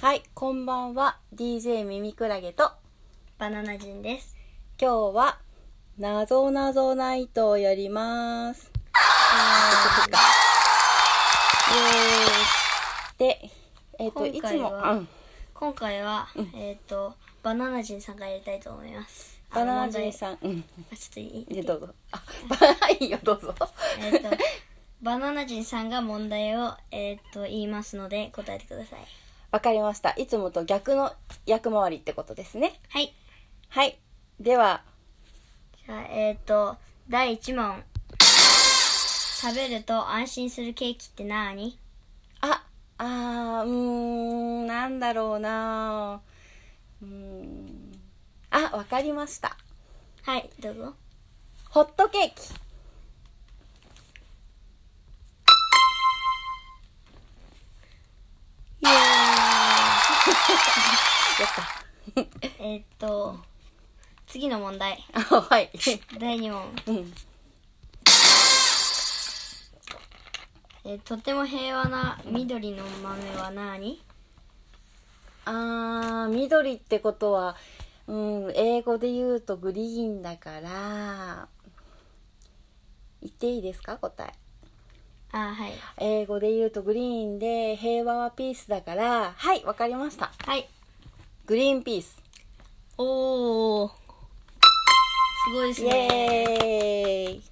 はい、こんばんは。DJ 耳クラゲと、バナナ人です。今日は、なぞなぞナイトをやります。イエーイで、えっ、と、い今つ回も、はうん今回は、えっ、と、バナナ人さんがやりたいと思います。バナナジンん。さん、うん、あ、ちょっといいいやどうぞ。あ、バナナいいよ、どうぞ。えっ、と、 バナナ人さんが問題を、えっ、と、言いますので、答えてください。 わかりました。いつもと逆の役回りってことですね。はい。はい。では、じゃあ、えっ、と、第1問。食べると安心するケーキって何あ、あー、うーん、なんだろうなうーん。あ、わかりました。はい、どうぞ。ホットケーキ。イエーやっイえっと、次の問題。た。あ、はい。第2問。うん。えーとても平和な緑の豆は何あー、緑ってことは、うん、英語で言うとグリーンだから、言っていいですか答え。あはい。英語で言うとグリーンで、平和はピースだから、はい、わかりました。はい。グリーンピース。おー。すごいですイね。エーイ。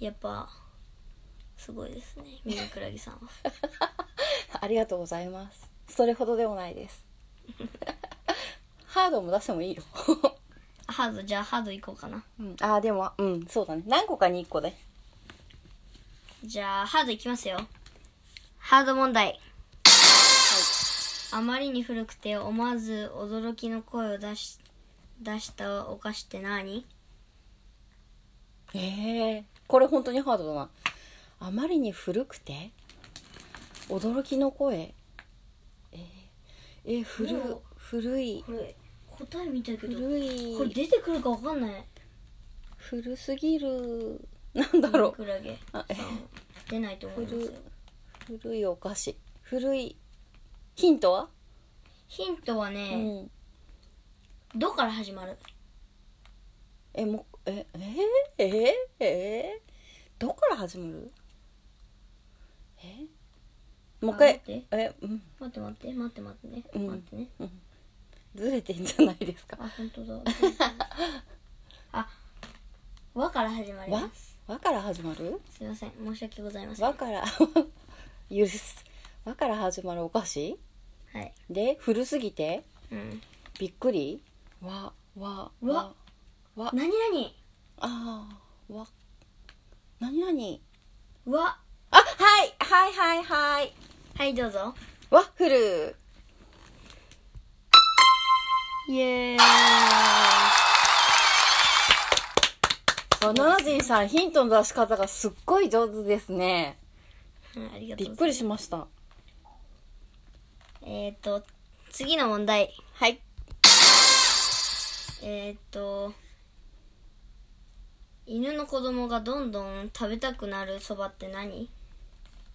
やっぱ、すごいですね。ミニクラゲさんは。ありがとうございます。それほどでもないです。 ハードも出してもいいよ。 ハード、じゃあハードいこうかな。うん、あーでも、うん、そうだね。何個かに1個で。じゃあ、ハードいきますよ。ハード問題。あまりに古くて思わず驚きの声を出し、出したお菓子って何ええこれ本当にハードだなあまりに古くて驚きの声えー、えー古も古いれ、答え見たけ古これい出てくるかわかんない。古すぎるなんだろクラゲうあえ出ないと思いますよ古古いお菓子古いヒントは、ヒントはうね、ん、どから始まるえもうええー、えー、ええどこから始まるえもう一回あ待ってえうん待って待って待って待ってね、うん待ってねずれてんじゃないですかあ本当 だあ和から始まりわますわから始まるすいません申し訳ございません和はから 許す和から始まるお菓子いで古すぎてうんびっくり和和うわ和何何あー和何何和あはいはいはいはいはいどうぞワッフルイエーイバナナ人さんヒントの出し方がすっごい上手ですねありがとびうっござくいりしましたますえっ、ー、と次の問題はいえっ、ー、と犬の子供がどんどん食べたくなるそばって何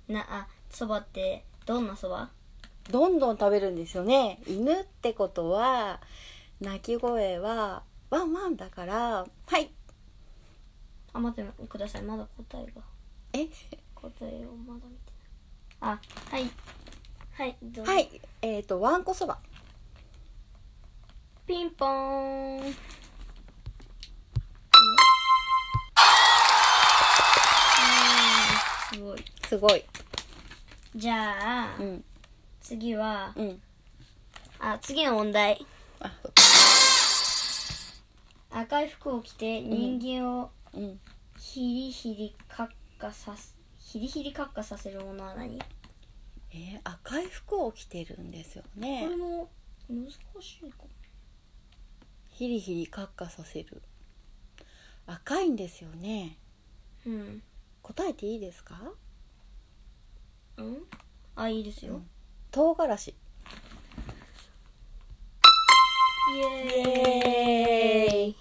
なあそばってどんなそばどんどん食べるんですよね犬ってことは鳴き声はワンワンだからはいあ待ってくださいまだ答えがえ答えをまだ見てないあはいはいどうぞはい、えっ、と、わんこそば。ピンポーンいいようんすごいすごい。じゃあ、うん、次はうん。あ次の問題あ、そ赤い服を着て人間をううん。ヒリヒリカッカさすヒリヒリカッカさせるものは何こえー赤い服を着てるんですよねれ。も難しいかもヒリヒリカッカさせる。赤いんですよね。うん答えていいですかうんあいいですよ、唐辛子。イエーイエーイ。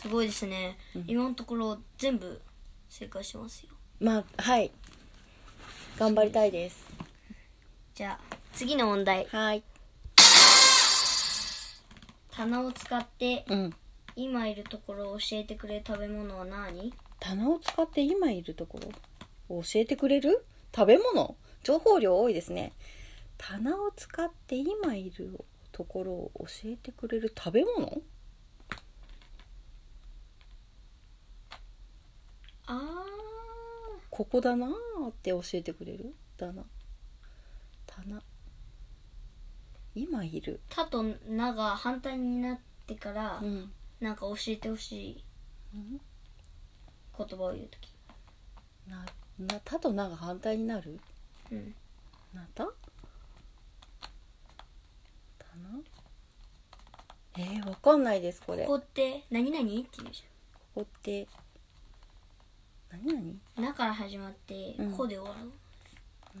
すごいですね、今のところ全部正解しますよまあはい頑張りたいですじゃあ次の問題はい棚を使ってうん今いるところを教えてくれる食べ物は何棚を使って今いるところを教えてくれる食べ物情報量多いですね棚を使って今いるところを教えてくれる食べ物あここだなーって教えてくれる棚棚今いる「た」と「な」が反対になってからうんなんか教えてほしいうん言葉を言うときななたとなが反対になるうんなた棚えー、わかんないですこれここって「何々?」って言うじここって何何ゃん「な」から始まってうん「こ」で終わる、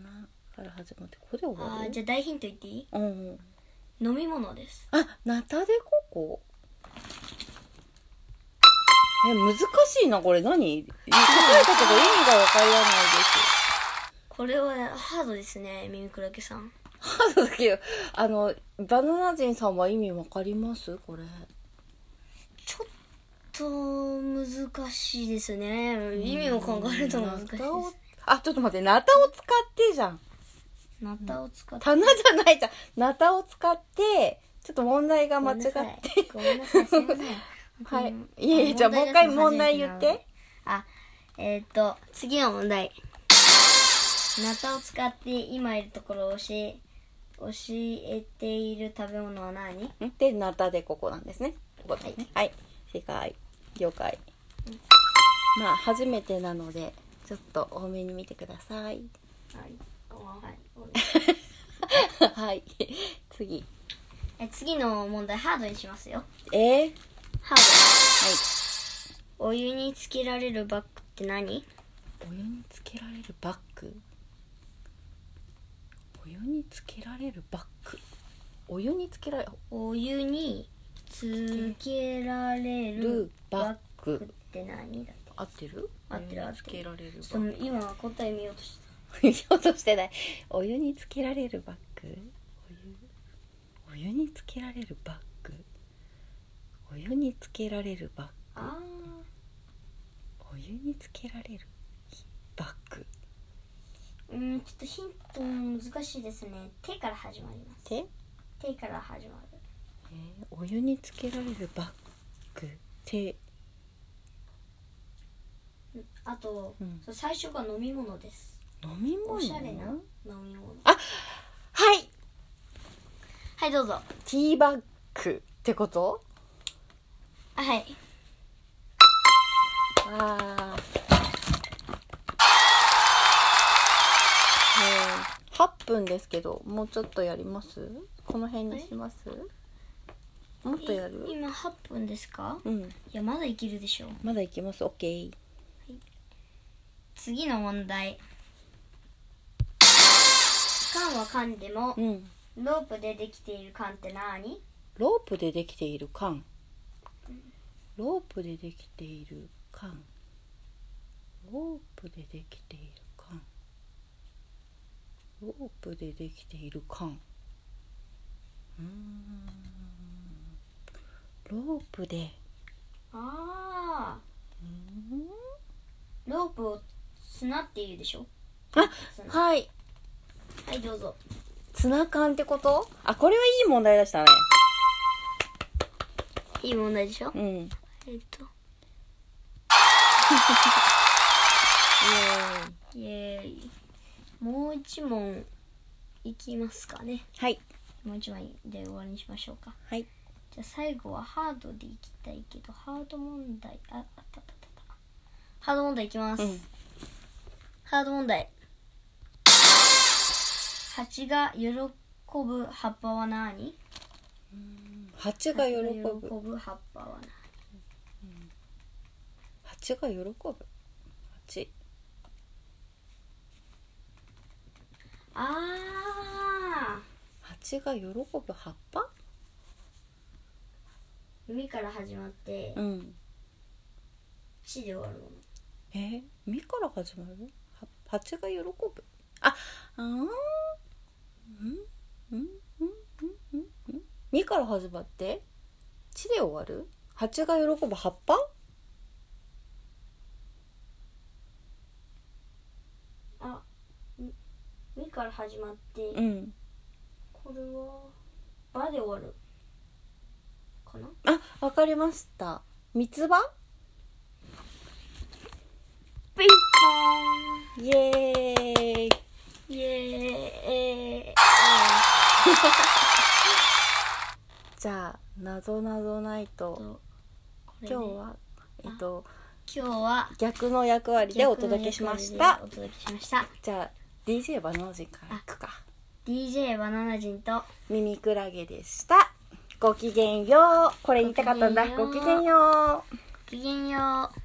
なから始まってここで終わあるあじゃあ大ヒント言っていいうんうん飲み物ですあなたでここえ難しいなこれ何答えたけど意味がわからないですこれはハードですねミミクラゲさんハードだけど あのバナナ人さんは意味わかりますこれちょっと難しいですね意味を考えると難しいなですたをあちょっと待ってなたを使ってじゃんナタを使って棚じゃないじゃんなたを使ってちょっと問題が間違ってごめんなさい。ごめんなさいすいません。はいうんいやいやじゃあもう一回問題言って。あ、えっ、と、次の問題。ナタを使って今いるところを教え、教えている食べ物は何で、なたでここなんですね。ここでね。はい。正解。了解。まあ、初めてなので、ちょっと多めに見てくださ い。はい。はい。次。え次の問題、ハードにしますよ。えー、ハーはド。お湯につけられるバッグって何い。お湯につけられるバッグ。お湯につけられるバッグ。お湯につけられお湯につけられるるババッッググって何だって。合ってる合ってるお湯につけられるちバょっッとグ。今答え見ようとした。見ようとしてない。 お湯につけられるバッグ。お湯。お湯につけられるバッグ。お湯につけられるバッグ。あお湯につけられるバッグーうんちょっとヒント難しいですね手から始まります手、え手から始まるーお湯につけられるバッグ手あと、うんそう最初が飲み物です飲み物おしゃれな飲み物はいはいどうぞティーバッグってことあはいあー8分ですけどもうちょっとやりますこの辺にしますもっとやいる今8分ですかうんいやまだいけるでしょうまだいきます OK 次の問題缶は缶でもうんロープでできている缶って何ロープでできている缶ロープでできている缶ロープでできている缶ロープでできている缶うーんロープでああうーロープを砂って言うでしょあ砂んはいはいどうぞツナ缶ってことあこれはいい問題でしたねいい問題でしょうんイエーイえっとイエーイもう一問いきますかねはいもう一問で終わりにしましょうかはいじゃあ最後はハードでいきたいけどハード問題ああったあったあったハード問題いきます、うんハード問題蜂が喜ぶ葉っぱは何蜂が喜蜂がぶ喜ぶ葉っぱは何蜂が喜ぶ蜂ああ蜂が喜ぶ葉っぱ海から始まってうん地で終わるものええー、みから始まるは蜂が喜ぶああーんうんうんうんうんうんみから始まってちで終わる蜂が喜ぶ葉っぱあみみから始まって、うんこれはばで終わるかなあわかりました三つ葉ピンイエーイポーンイエーイじゃあなぞなぞないととこれで今日はえっと今日は逆の役割でお届けしましたお届けしましたじゃあ DJ バナナ人からいくか DJ バナナ人と耳クラゲでしたごきげんようこれ言いたかったんだごごききげげんんようごきげんよう